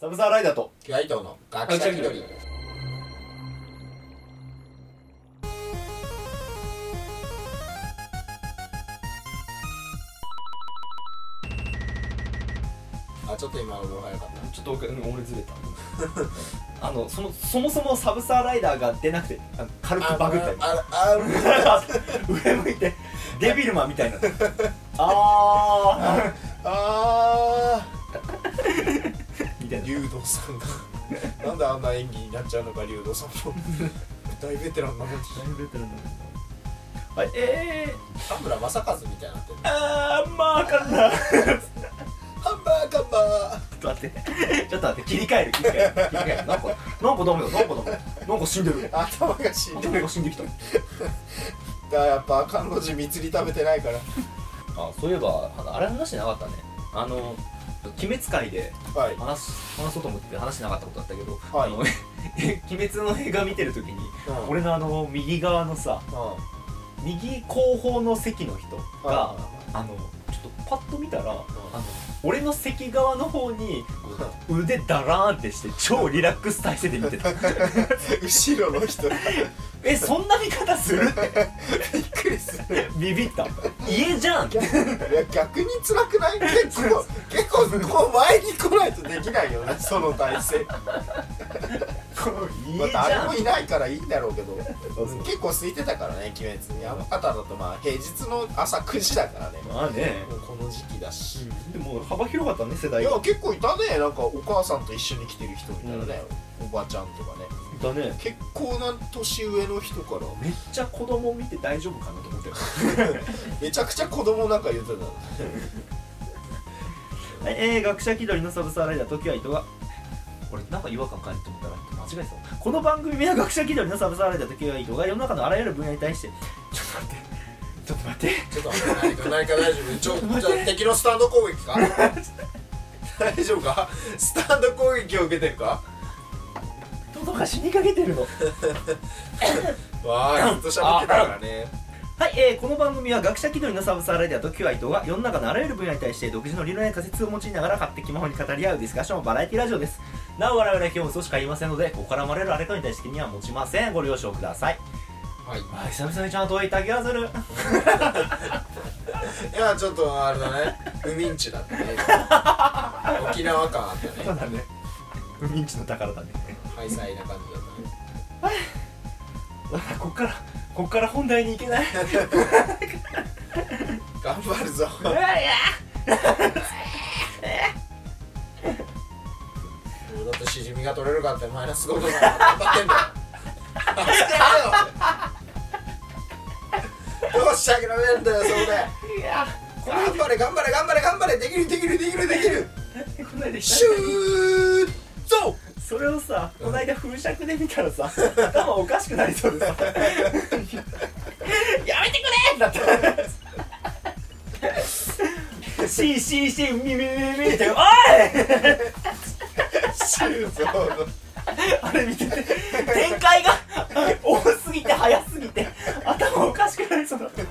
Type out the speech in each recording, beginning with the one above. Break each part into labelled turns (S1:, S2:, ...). S1: サブサーライダーと
S2: キュアイトーの学者気取り。あ、ちょっと今のも早かっ
S1: ちょっと僕うん俺ずれた あのそのそもそもサブサーライダーが出なくてあの軽
S2: た。
S1: くバグったり
S2: あ、あ、
S1: 上向いてデビルマンみ たいなあ
S2: あ、あ
S1: ーみた いな
S2: 竜道さんが。なんであんな演技になっちゃうのか、竜道さんも。 大ベテランなのに。
S1: はいえ
S2: 田村正和みたいになってる
S1: ー、。あーまあかんな
S2: ハンバーガーバー。
S1: ちょっと待ってちょっと待って切り替える切り替える切り替えるなんかなんかダメだなんかダメだなんか死んで る
S2: 頭が死んでる。
S1: 頭が死んできた
S2: だからやっぱ彼女みつり食べてないから
S1: あそういえばあのあれ話してなかったねあの鬼滅界で
S2: はい
S1: 話す話そうと思って話してなかったことあったけど、
S2: はい
S1: あの 鬼滅の映画見てるときに、
S2: うん
S1: 俺のあの右側のさ右後方の席の人
S2: うん
S1: が、あのちょっとパッと見たら、あの俺の席側の方にこう腕だらーんってして超リラックス体勢で見て た
S2: 後ろの人びっ
S1: えそんな見方するって
S2: くりする
S1: ビビった家じ ゃんって
S2: いや逆に辛くない結構結構こう前に来ないとできないよねその体勢
S1: 家
S2: ま
S1: じ
S2: た
S1: ゃ
S2: 誰
S1: ん
S2: もいないからいいんだろうけど
S1: そうそう
S2: 結構空いてたからね鬼滅山形だとまあ平日の朝9時だからね
S1: まあね
S2: もうこの時期だし
S1: でも幅広かったね世
S2: い
S1: 代
S2: や
S1: が
S2: 結構いたねなんかお母さんと一緒に来てる人みたいなね、おばちゃんとかね
S1: だね
S2: 結構な年上の人から
S1: めっちゃ子供見て大丈夫かなと思って
S2: めちゃくちゃ子供なんか言ってた
S1: はい、えー、学者気取りのサブサーライダー時は糸が俺なんか違和感感じて思ったら間違えそうこの番組は学者気取りのサブサーライダー時は糸が世の中のあらゆる分野に対してちょっと待ってちょっと待って
S2: ちょっと待って何か何か大丈夫ちょちょ敵のスタンド攻撃か大丈夫かスタンド攻撃を受けてるか
S1: 喉が死にかけてるの
S2: わあずっと喋ってたからね
S1: はい、えーこの番組は学者気取りのサブサーライダーとキュア伊藤が世の中のあらゆる分野に対して独自の理論や仮説を用いながら勝手気ままに語り合うディスカッションバラエティラジオですなお我々は今日もそうしか言いませんのでここから生まれるあれかに対して気には持ちませんご了承ください
S2: はい
S1: あー久々にちゃんと言った気がする
S2: いやちょっとあれだね不眠地だったね沖縄感あったね
S1: そうだねミンチの宝だね
S2: ハイサイな感じだったね
S1: こっからこっから本題に行けない
S2: 頑張るぞ俺だってシジミが取れるかってマイナス5度だから頑張ってん だよ助けろよどうして諦めるんだよそこで
S1: いや
S2: 頑張れ頑張れ頑張れ頑張れできるできるできるできる
S1: こないだ
S2: シュート
S1: それをさこないだ風尺で見たらさ頭おかしくなりそうでさやめてくれだったシーシーシーミミミミミっておい
S2: シュート
S1: あれ見てて展開が多すぎて早すぎて頭おかしくなりそうだった
S2: い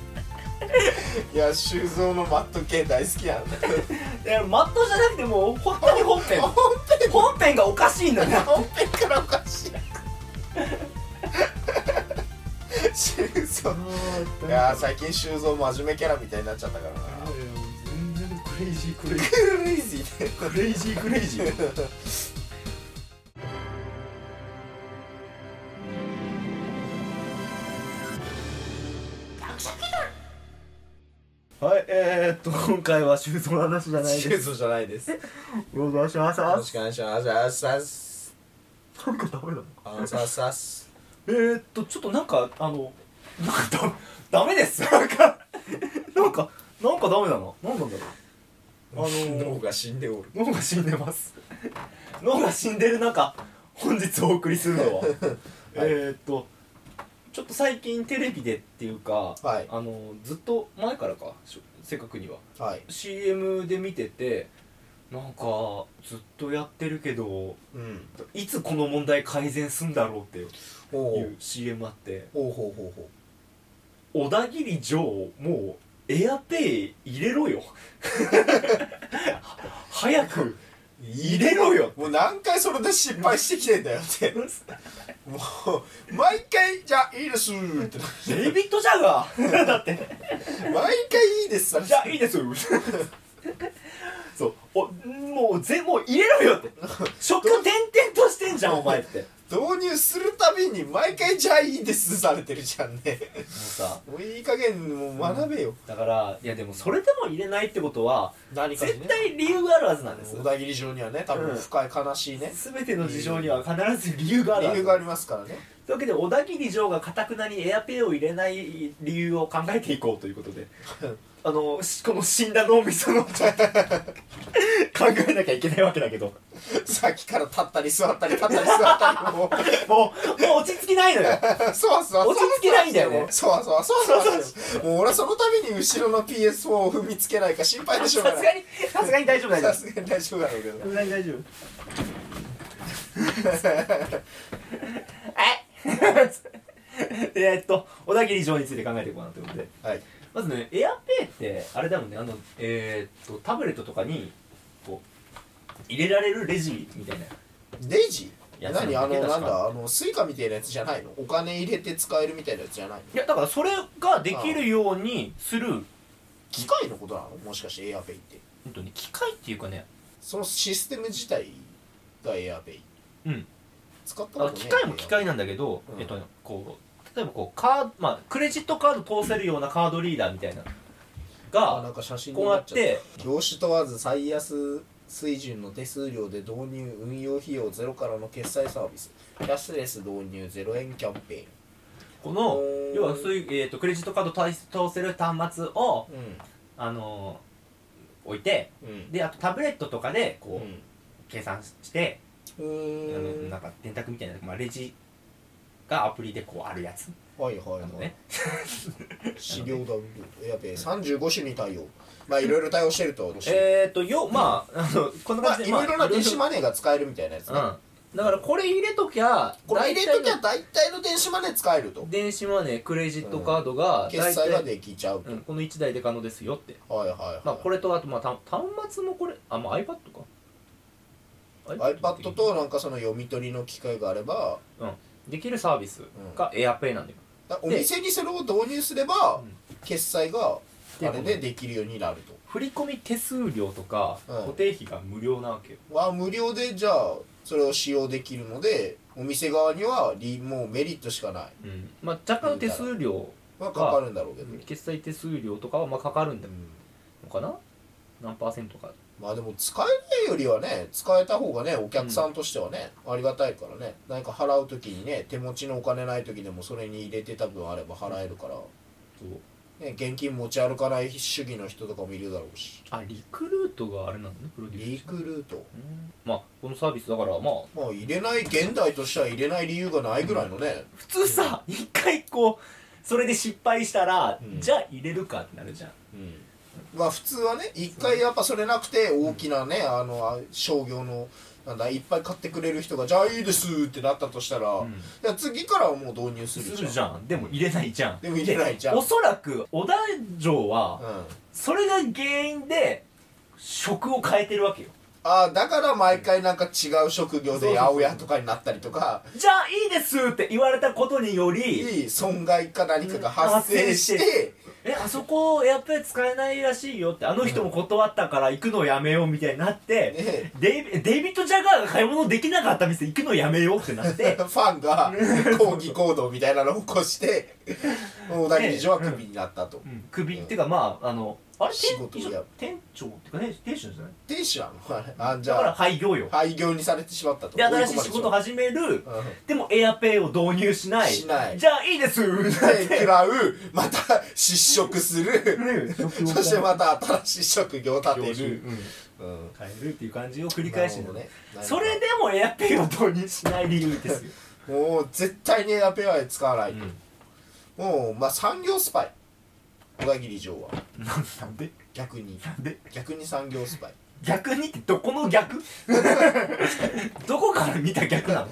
S2: や修造のマット系大好きなんだよ
S1: いやマットじゃなくてもう本当に本編
S2: 本
S1: 本編がおかしいんだよ
S2: 編本編からおかしい修造いやー最近修造真面目キャラみたいになっちゃったからな
S1: 全然クレイジークレイジ
S2: クレイジーで
S1: ークレイジークレイジーはいえー、っと今回は修造の話じゃない
S2: シ
S1: で
S2: ュ
S1: す
S2: ートじゃないです
S1: よろしくお願いし
S2: よ
S1: ま
S2: ろ
S1: す
S2: しくお願いします。あさす。
S1: なんかダメだな
S2: あさすあす。
S1: えー、っとちょっとなんかあのなんかダダメですなんかなんかなんかダメだな何なんだろう
S2: あのー、脳が死んでおる。
S1: 脳が死んでます脳が死んでる中本日お送りする のは、えーっとちょっと最近テレビでっていうか、
S2: はい
S1: あのずっと前からかし正確には
S2: はい。
S1: CM で見ててなんかずっとやってるけど
S2: うん。
S1: いつこの問題改善すんだろうっていう
S2: ほう。
S1: CM あって
S2: ほうほうほうほ
S1: 小田切城も うエアペイ入れろよ早く入れろよ
S2: もう何回それで失敗してきてんだよってもう毎回じゃあいいですってなって
S1: デイビッド・ジャガー だって
S2: 毎回いいです
S1: じゃあいいですよ そうおもうぜもう入れろよって 食点々としてんじゃん お前っても
S2: 導入するたびに毎回じゃあいいですされてるじゃんね
S1: うさ
S2: もういい加減もう学べよ、
S1: だからいやでもそれでも入れないってことは
S2: 何かし
S1: 絶
S2: ね
S1: 対理由があるはずなんです
S2: 小田切城にはね多分深い悲しいね、
S1: 全ての事情には必ず理由があるは
S2: 理
S1: ず
S2: 由がありますからね
S1: というわけで小田切城がかたくなにエアペイを入れない理由を考えていこうということ であのしこの死んだ脳み その考えなきゃいけないわけだけど
S2: さっきから立ったり座ったり立ったり座った りもう
S1: もうもう落ち着きないの よ
S2: そわそわ
S1: 落ち着けないんだよね
S2: そわそわそわそわそ わもう俺はそのために後ろの PS4 を踏みつけないか心配でしょう
S1: さ
S2: が
S1: す
S2: な
S1: が
S2: い
S1: にさすがに大丈夫大丈夫
S2: さすがに大丈夫だろうけど
S1: さすがに大丈夫え えーっと小田切城について考えていこうかなということで
S2: はい
S1: まずねエアペイってあれだもんねあのえーっとタブレットとかにこう入れられるレジみたいな
S2: デイジ
S1: いや
S2: ー何
S1: そ
S2: あ
S1: うだ
S2: の
S1: けど
S2: なんだあのスイカみたいなやつじゃないのお金入れて使えるみたいなやつじゃないの
S1: いやだからそれができるようにする本
S2: 機械のことなのもしかしてエアペイって
S1: 当に機械っていうかね
S2: そのシステム自体がエアペイ
S1: うん
S2: 使ったこ
S1: あ
S2: とね
S1: 機械も機械なんだけど、
S2: うん
S1: えっとねこう例えばこうカードまあクレジットカード通せるようなカードリーダーみたいなの
S2: あな
S1: が
S2: んか写真に
S1: こう
S2: な
S1: あ
S2: っ
S1: っ
S2: ちゃって
S1: て
S2: 業種問わず最安水準の手数料で導入運用費用ゼロからの決済サービスキャッシュレス導入ゼロ円キャンペ
S1: この
S2: うん
S1: 要はそういう、えっとクレジットカード対通せる端末を
S2: ーン
S1: あのー置いて
S2: うんうん
S1: であとタブレットとかでこう、計算して、
S2: う
S1: あ
S2: ん
S1: の
S2: うーん
S1: な
S2: は
S1: んか電卓みたいな、まあ、レジがアプリでこうあるやつ
S2: いはい
S1: なの
S2: は
S1: ね
S2: い資料ダウンロードエアペイ35種に対応まあいろいろ対応してるってことし
S1: えっ、ー、とよまああのこんな
S2: ま
S1: 感じ
S2: あい
S1: で、
S2: ろいろな電子
S1: まあ
S2: マネーが使えるみたいなやつね
S1: うん、だからこれ入れときゃ
S2: これ入れときゃ
S1: 大体
S2: 大体の電子マネー使えると
S1: の電子マネークレジットカードが
S2: 決
S1: 大
S2: 済が
S1: 体、
S2: できちゃうと
S1: うん、この1台で可能ですよって
S2: はいはいはい
S1: まあこれとあとまあた端末もこれあまあ iPad か
S2: iPad となんかその読み取りの機会があれば
S1: できるサービスが AirPay なんだよ、
S2: だお店にそれを導入すれば
S1: うん
S2: 決済があ
S1: で
S2: れでできるようになると
S1: 振込手数料とか
S2: うん
S1: 固定費が無料なわけよ、
S2: は無料でじゃあそれを使用できるのでお店側にはリもうメリットしかない
S1: うんまあ、若干の手数料
S2: はかかるんだろうけど、うん
S1: 決済手数料とかはまあかかるんだのかな何パーセントか
S2: まあでも使えないよりはね使えた方がねお客さんとしてはね、ありがたいからね何か払う時にね手持ちのお金ない時でもそれに入れてた分あれば払えるから、
S1: そう
S2: ね、現金持ち歩かない主義の人とかもいるだろうし
S1: あリクルートがあれなのねプロデュー
S2: リ
S1: ス
S2: クルート
S1: うんまあこのサービスだからまあ
S2: まあ入れない現代としては入れない理由がないぐらいのね、
S1: 普通さ一回こうそれで失敗したら、
S2: うん
S1: じゃあ入れるかってなるじゃん
S2: まあ普通はね一回やっぱそれなくて大きなねあのあ商業のなんだいっぱい買ってくれる人が「じゃあいいです」ってなったとしたら、
S1: うん
S2: いや次からはもう導入す
S1: す
S2: るじゃん
S1: るじゃんでも入れないじゃん
S2: でも入れないじゃん
S1: おそらく小田城は
S2: うん、
S1: それが原因で職を変えてるわけよ
S2: ああだから毎回なんか違う職業で八百屋とかになったりとか
S1: じゃあいいですって言われたことにより
S2: いい損害か何かが発生して
S1: えあそこやっぱり使えないらしいよってあの人も断ったから行くのやめようみたいになって、
S2: ね
S1: デイビデイビッド・ジャガーが買い物できなかった店行くのやめようってなって
S2: ファ ンが抗議行動みたいなのを起こして小田切城はクビになったと
S1: うんクビ、っていうかまああのあれ
S2: 仕事をやる
S1: 店長っていうかね店主じゃない
S2: 天使なのあれあじ
S1: だから
S2: ゃ
S1: 廃業よ
S2: あ廃業にされてしまったと
S1: で新しい仕事を
S2: は
S1: 始める
S2: うん
S1: でもエアペイを導入しない
S2: しない
S1: じゃあいい ですってなっ
S2: で
S1: て
S2: 食らう また失職する
S1: ね職を
S2: そしてまた新しい職業を立てる、
S1: うん
S2: うん、
S1: 変えるっていう感じを繰り返して
S2: なる
S1: る
S2: ほどね
S1: それでもエアペイを導入しない理由ですよ、
S2: もう絶対にエアペイは使わない、
S1: うん
S2: もうまあ産業スパイ小田切城は
S1: なんなんで
S2: 逆に
S1: なんで
S2: 逆に産業スパイ
S1: 逆にってどこの 逆どこから見た逆な
S2: やっ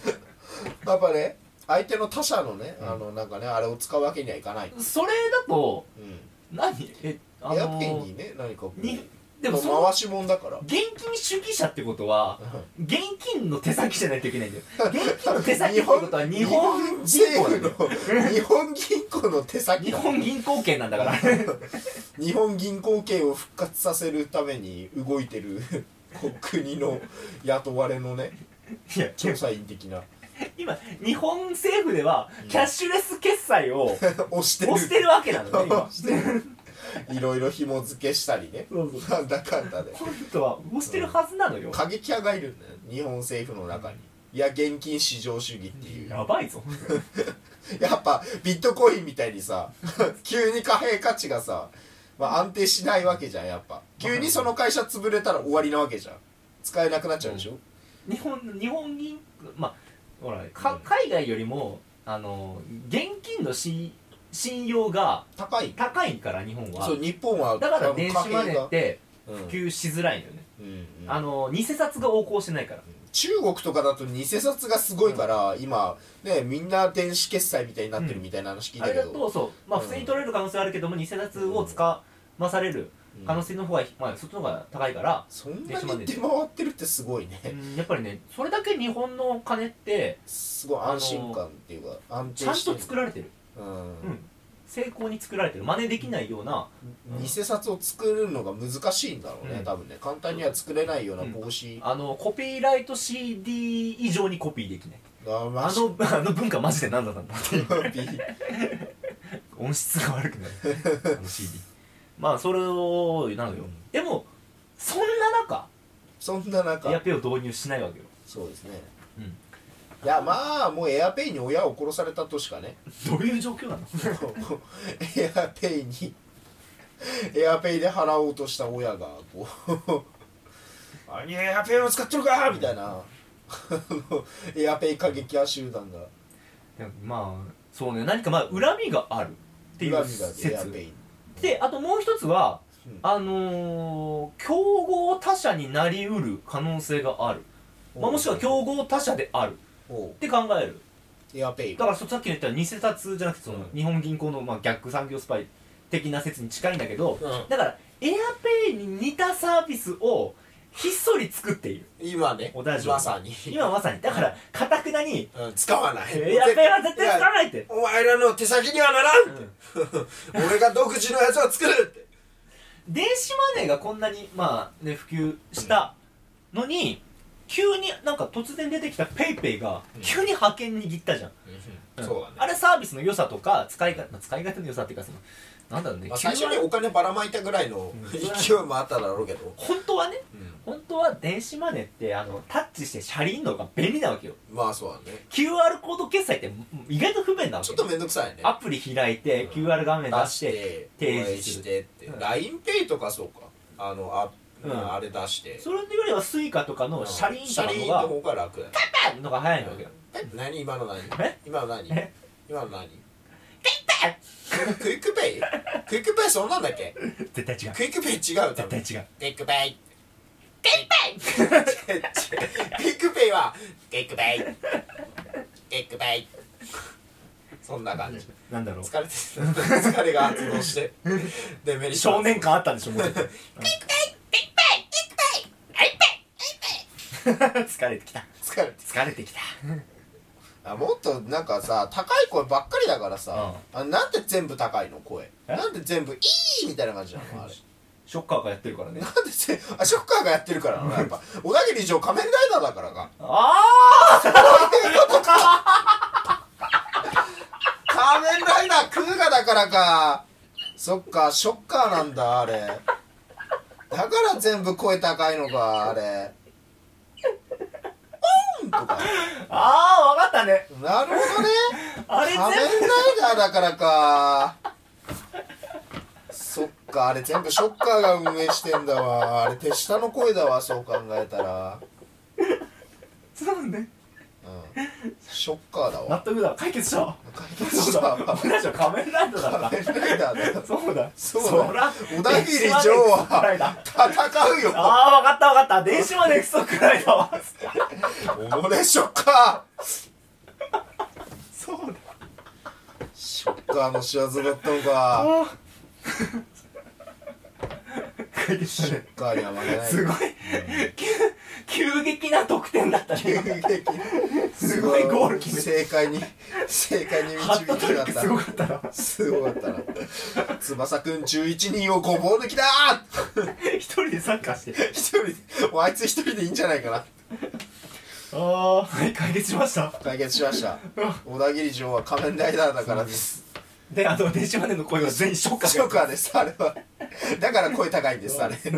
S2: ぱね相手の他社のね、あのなんかねあれを使うわけにはいかない、
S1: のそれだと
S2: うん
S1: 何えあ
S2: エアペイ
S1: の
S2: にね何かこう
S1: にでもそ
S2: もう
S1: の
S2: 回しもんだから
S1: 現金主義者ってことは現金の手先じゃないといけ ないんだよ現金の手先ってことは日本
S2: 日
S1: 銀行な
S2: 本
S1: んだよ
S2: 政府の日本銀行の手先
S1: 日
S2: だ
S1: 本銀行券なんだから
S2: 日本銀行系を復活させるために動いてる 国の雇われのね
S1: いや
S2: 調査員的な
S1: 今日本政府ではキャッシュレス決済 を
S2: 押してる
S1: 押してるわけなのね今
S2: 押してるいろいろ紐付けしたりね
S1: そうそう
S2: なんだかんだで
S1: 本当は押してるはずなのよ
S2: 過激派がいるんだよ日本政府の中にいや現金至上主義っていう
S1: やばいぞ
S2: やっぱビットコインみたいにさ 急に貨幣価値がさ、まあ、安定しないわけじゃんやっぱ急にその会社潰れたら終わりなわけじゃん使えなくなっちゃうでしょ、
S1: 日本日本銀まあほらか海外よりもあの現金のし信用が
S2: 高い
S1: 高いから日本は
S2: そう日本は
S1: だから
S2: 多分
S1: 電
S2: 貨
S1: 子
S2: 幣
S1: マネー
S2: が
S1: って
S2: う
S1: 普
S2: ん
S1: 及しづらいのよね、
S2: うんうん
S1: あの偽札が横行してないから
S2: 中国とかだと偽札がすごいから、今ねみんな電子決済みたいになってるみたいな話聞い
S1: あ
S2: た
S1: れ
S2: け
S1: だ
S2: ど、
S1: とそうまあ
S2: うん
S1: 不正に取られる可能性はあるけども偽札を使まされる
S2: うん
S1: 可能性の方が、まあ、そっちの方が高いから、
S2: そんなに出回ってるってすごいね、
S1: うんやっぱりねそれだけ日本の金って
S2: すごい安心感っていうか安定
S1: ちゃん
S2: して
S1: と作られてる、
S2: る、うん
S1: うん、成功に作られてる真似できないようなうん
S2: 偽札を作るのが難しいんだろうね、
S1: うん
S2: 多分ね簡単には作れないような帽子、
S1: あのコピーライト CD 以上にコピーできない
S2: あマ
S1: あ
S2: ジ
S1: の あの文化マジで何だったんだっていう
S2: か
S1: 音質が悪くなる あの CD まあそれをなのよ、
S2: うん
S1: でもそんな中
S2: そんな中
S1: エアペイを導入しないわけよ
S2: そうですね、
S1: うん
S2: いやまあもうエアペイに親を殺されたとしかね
S1: どういう状況なの
S2: エアペイにエアペイで払おうとした親がこう「あエアペイを使ってるか!」みたいなあの エアペイ過激派集団が
S1: でもまあそうね何かまあ恨みがあるっていう
S2: 恨みがあるエアペ
S1: 説
S2: イ
S1: であともう一つは、
S2: うん
S1: あのー、競合他社になりうる可能性がある、まあ、もしくは競合他社である
S2: おう
S1: って考える
S2: エアペイ
S1: だからそさっきの言った偽札じゃなくてその、
S2: うん
S1: 日本銀行の、まあ、逆産業スパイ的な説に近いんだけど、
S2: うん
S1: だからエアペイに似たサービスをひっそり作っている
S2: 今ね
S1: お大丈夫
S2: まさに
S1: 今まさにだからかたくなに
S2: うん使わな
S1: 「
S2: い
S1: エアペイは絶対使わ
S2: いや
S1: ない」って
S2: お前らの手先にはならん って、俺が独自のやつを作るって
S1: 電子マネーがこんなに、まあね、普及したのに急になんか突然出てきたペイペイが
S2: うん
S1: 急に派遣握ったじゃん、あ
S2: れ、
S1: れサービスの良さとか使い方、まあ使い方の良さっていうかそのなんだろうね、
S2: まあ、最初
S1: 急
S2: に
S1: な
S2: お金ばらまいたぐらいの
S1: うん
S2: 勢いもあっただろうけど、
S1: 本当はね本当は電子マネーってあのタッチして車輪の方が便利なわけよ
S2: まあそうだね
S1: QR コード決済ってうん意外と不便なわけ
S2: ちょっと面倒くさいね
S1: アプリ開いて、
S2: うん
S1: QR 画面出
S2: 出し
S1: して
S2: て
S1: 提
S2: 提
S1: 示
S2: 示
S1: する
S2: してって、
S1: うん
S2: LINEPay とかそうかあのあ,、
S1: うん
S2: あれ出して
S1: それよりは Suica とかの車輪とかの方が
S2: 車輪の方が楽だね
S1: パンのが早いわけよ
S2: 何今の何
S1: え
S2: 今の何
S1: え
S2: 今の何クイックペイクイックペイそんなんだっけ
S1: 絶対違う
S2: クイックペイ違う多分
S1: 絶対違う
S2: クイックペイクイックペイクイックペイはクイックペイクイックペイそんな感じ
S1: なんだろ
S2: 疲れて疲れが発動してでメリ
S1: う
S2: ット
S1: 少年感あったんでしょもうちょっ と疲れてきた
S2: 疲れて
S1: 疲れてきた
S2: あもっとなんかさ高い声ばっかりだからさ、あなんで全部高いの声
S1: え
S2: なんで全部「いい!」みたいな感じなのあれ
S1: ショッカーがやってるからね
S2: なんでせあショッカーがやってるからなやっぱ小田切城仮面ライダーだからか
S1: あ
S2: 仮面ライダークーガだからかそっかショッカーなんだあれだから全部声高いのかあれオンとか
S1: ーあー分かったね
S2: なるほどね
S1: あれ
S2: 仮
S1: 全
S2: 面ライダーだからかそっかあれ全部ショッカーが運営してんだわあれ手下の声だわそう考えたら、
S1: 部そうね
S2: うん、ショッカーだ
S1: 納
S2: わ
S1: 得だ解決したわ
S2: 解決したわ
S1: 俺たちは仮面ライダーだから
S2: 仮面ライダーだよ
S1: そうだ
S2: そうだ
S1: ら
S2: 小田切城は
S1: あ
S2: 戦うよ
S1: あー分かった分かった電子マネークソくらいだわ
S2: 俺ショッカ
S1: そう だ
S2: ーショッカーの仕業だったのか
S1: あー回でしたね
S2: ッカーには負けない
S1: すごい急急激な得点だった
S2: 急
S1: ね
S2: 激
S1: すごいゴール決め
S2: 正解に正解に
S1: ハッ
S2: 導
S1: トト
S2: き
S1: リ
S2: や
S1: ッ
S2: が
S1: ク
S2: った
S1: すごかったな
S2: すごかったな翼くん11人をごぼう抜きだ
S1: 一人でサッカーして
S2: ー一人でもうあいつ一人でいいんじゃないかな
S1: ああはい解決しました
S2: 解決しました小田切城は仮面ライダーだからです
S1: であの電子マネーの声は全員ショッカー
S2: ショッカーですあれはだから声高いんですあれ全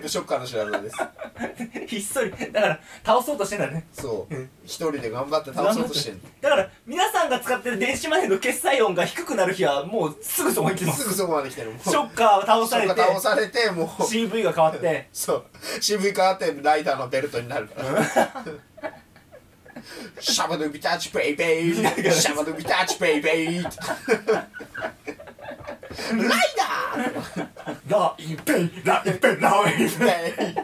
S2: 部ショッカーの調べです
S1: ひっそりだから倒そうとしてんだね
S2: そう
S1: うん
S2: 一人で頑張って倒そうとしてる
S1: だから皆さんが使ってる電子マネーの決済音が低くなる日はもうすぐそこに来てますす
S2: ぐそこまで来てるもう
S1: ショッカーを倒され
S2: ショ
S1: て
S2: ッカー倒されてもう
S1: CV が変わって
S2: そう渋い変わってライダーのベルトになるからシャバドゥビタッチベイベイシャバドゥビタッチベイベイライ
S1: ライペイライペイラ
S2: ダ
S1: イペ
S2: ー
S1: イ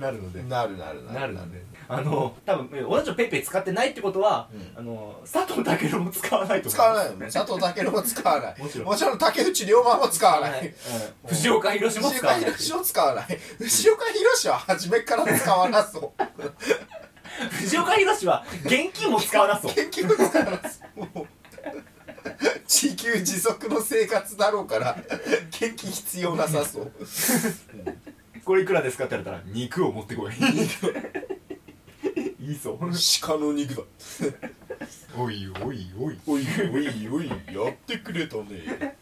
S1: なるので
S2: なるなるなる
S1: なるのであの多分俺たちのペイペイ使ってないってことは、
S2: うん
S1: あの佐藤健も使わないと思う
S2: 使わないよね佐藤健も使わない
S1: もちろん
S2: 竹内涼真も使わない
S1: うん藤岡弘も
S2: 藤
S1: 使わ
S2: 岡
S1: ない
S2: 弘も使わない藤岡弘は初めから使わなそう
S1: 藤岡弘は現金も使わなそう
S2: 結局だからもう自給自足の生活だろうから元気必要なさそう
S1: これいくらですかって言われたら肉を持ってこいいいそう
S2: 鹿の肉だ
S1: おいおいおい
S2: おいおいおいやってくれたね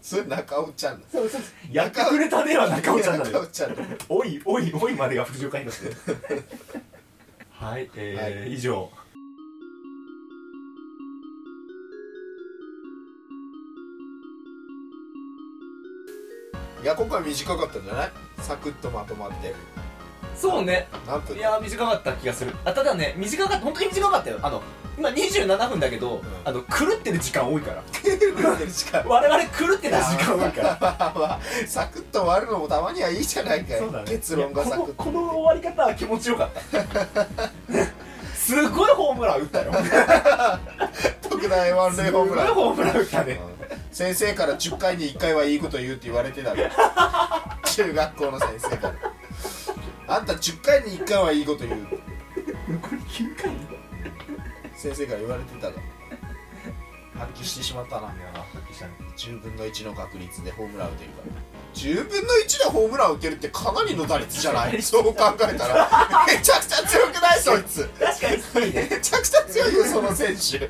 S2: それ中尾ちゃんだ
S1: そうそうやってくれたねは中尾ちゃんなの
S2: 中尾
S1: よ
S2: ちゃんだ
S1: おいおいおいまでが藤岡弘はい、えー以上
S2: いや今回短かったんじゃないサクッとまとまって
S1: そうね
S2: 何分
S1: いやー短かった気がするあただね短かった本当に短かったよあの今27分だけど、あの狂ってる時間多いから
S2: 狂ってる時間
S1: 我々狂ってた時間多いから
S2: まあまあサクッと終わるのもたまにはいいじゃないか
S1: そうだ
S2: よ
S1: ね
S2: 結論が
S1: いや
S2: サ
S1: こ
S2: ク
S1: の
S2: ッ
S1: この終わり方は気持ちよかった すごいホームラン打ったよ
S2: と特大ワンレイホームラ
S1: す
S2: ン
S1: ごいホームラン打ったね
S2: 先生から10回に1回はいいこと言うって言われてたの中学校の先生からあんた10回に1回はいいこと言う
S1: 残り9回
S2: 先生から言われてたの発揮してしまったな
S1: したね
S2: 10分の1の確率でホームラン打てるから10分の1でホームラン打てるってかなりの打率じ ゃないそう考えたらめちゃくちゃ強くないそいつ
S1: 確かにすごいね
S2: めちゃくちゃ強いよその選手10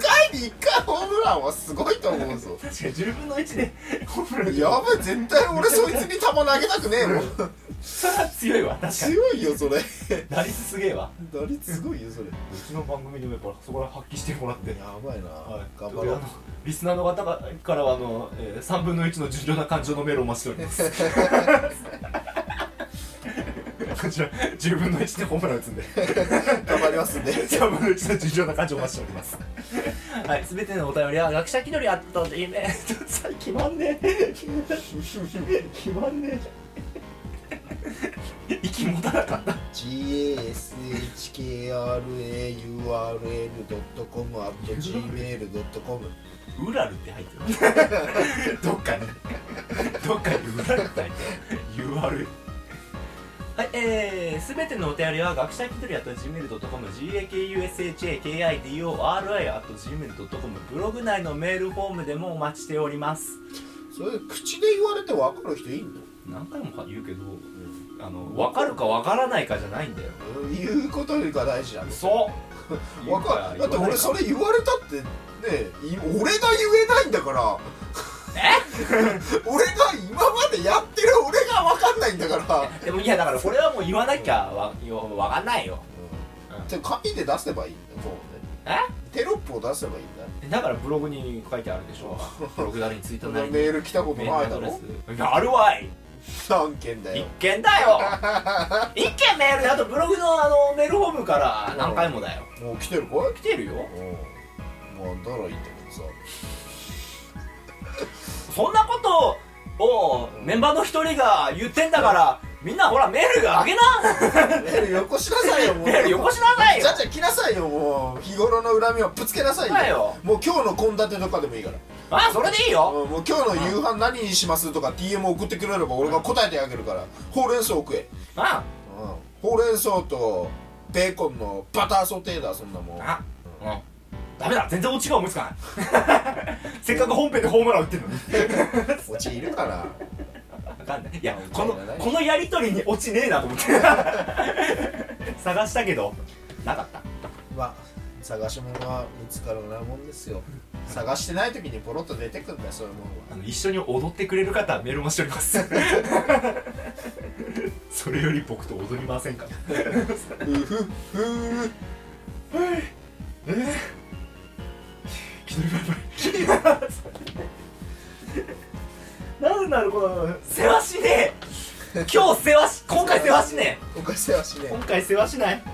S2: 回に1回ホームランはすごいと思うぞ
S1: 確かに10分の1でホームラン打
S2: やばい絶対俺そいつに球投げたくねえもん
S1: それは強いわ確かに
S2: 強いよそれ
S1: 打率すげえわ
S2: 打率すごいよそれ
S1: うちの番組でもやっぱそこら発揮してもらって
S2: やばいな、
S1: はい、
S2: 頑張
S1: という
S2: ろ
S1: あのリスナーの方がからはあの、えー、3分の1の純情な感情のメールをお待ちしておりますこ ちら10分の1でホームラン打つんで
S2: う頑張りますんで
S1: 3分の1の純情な感情をお待ちしておりますはい全てのお便りは学者気取りあったでいいね決まんねえ 決まんねえ息もたなかった
S2: gashkralurl.com gmail.com
S1: ウラルって入ってるどっかにどっかにウラルって入ってる URL はいえー、すべてのお便りは学者気取り at gmail.com gakushakidori.gmail.com ブログ内のメールフォームでもお待ちしております
S2: それ口で言われて分かる人いんの、
S1: 何回も言うけどあの分かるか分からないかじゃないんだよ
S2: 言うことよりか大事なの
S1: 嘘
S2: 分かるだって俺それ言われたってねい俺が言えないんだからえ 俺が今までやってる俺が分かんないんだから
S1: でもいやだからこれはもう言わなきゃわ分かんないようん
S2: じゃあ紙で出せばいいんだよそう
S1: え
S2: テロップを出せばいいんだよ
S1: だからブログに書いてあるでしょ ブログなりにツイート
S2: そん
S1: な
S2: な
S1: りに
S2: メール来たこと
S1: メ
S2: ないだ
S1: ールアド
S2: ろ
S1: レスあるわい
S2: 何件だ
S1: 一
S2: よ
S1: 件だ よ一件メールであとブログのあのメールフォームから何回もだよ
S2: もう来てるかい
S1: 来てるよ
S2: うんなんだろういいんだけどさ
S1: そんなことをメンバーの一人が言ってんだからみんなほらメール上げな
S2: メールよこしなさいよもう
S1: メールよこしなさい
S2: じ
S1: よ
S2: ゃじゃ来なさいよもう日頃の恨みをぶつけなさいよ
S1: だよ
S2: もう今日の献立とかでもいいから
S1: あそれでいいよ
S2: うんもう今日の夕飯何にしますとか DM 送ってくれれば俺が答えてあげるからほうれん草食え、
S1: あ
S2: うん、ほうれん草とベーコンのバターソテーだそんなもん
S1: あうんダメだ全然オチが思いつかない せっかく本編でホームラン打ってるのに
S2: うちいるから
S1: 分かんないいや
S2: うん
S1: この
S2: いらない
S1: このやり取りにオチねえなと思って 探したけどなかった
S2: まあ探し物は見つからないもんですよ探してない時にポロッと出てくんだよそういうもんは
S1: あの一緒に踊ってくれる方はメールもしております それより僕と踊りませんか
S2: うふっふー
S1: 気取りバイバイなぜなるこの世話しねえ今日世話し今回世話しね
S2: おかしいわしね
S1: え今回世話しない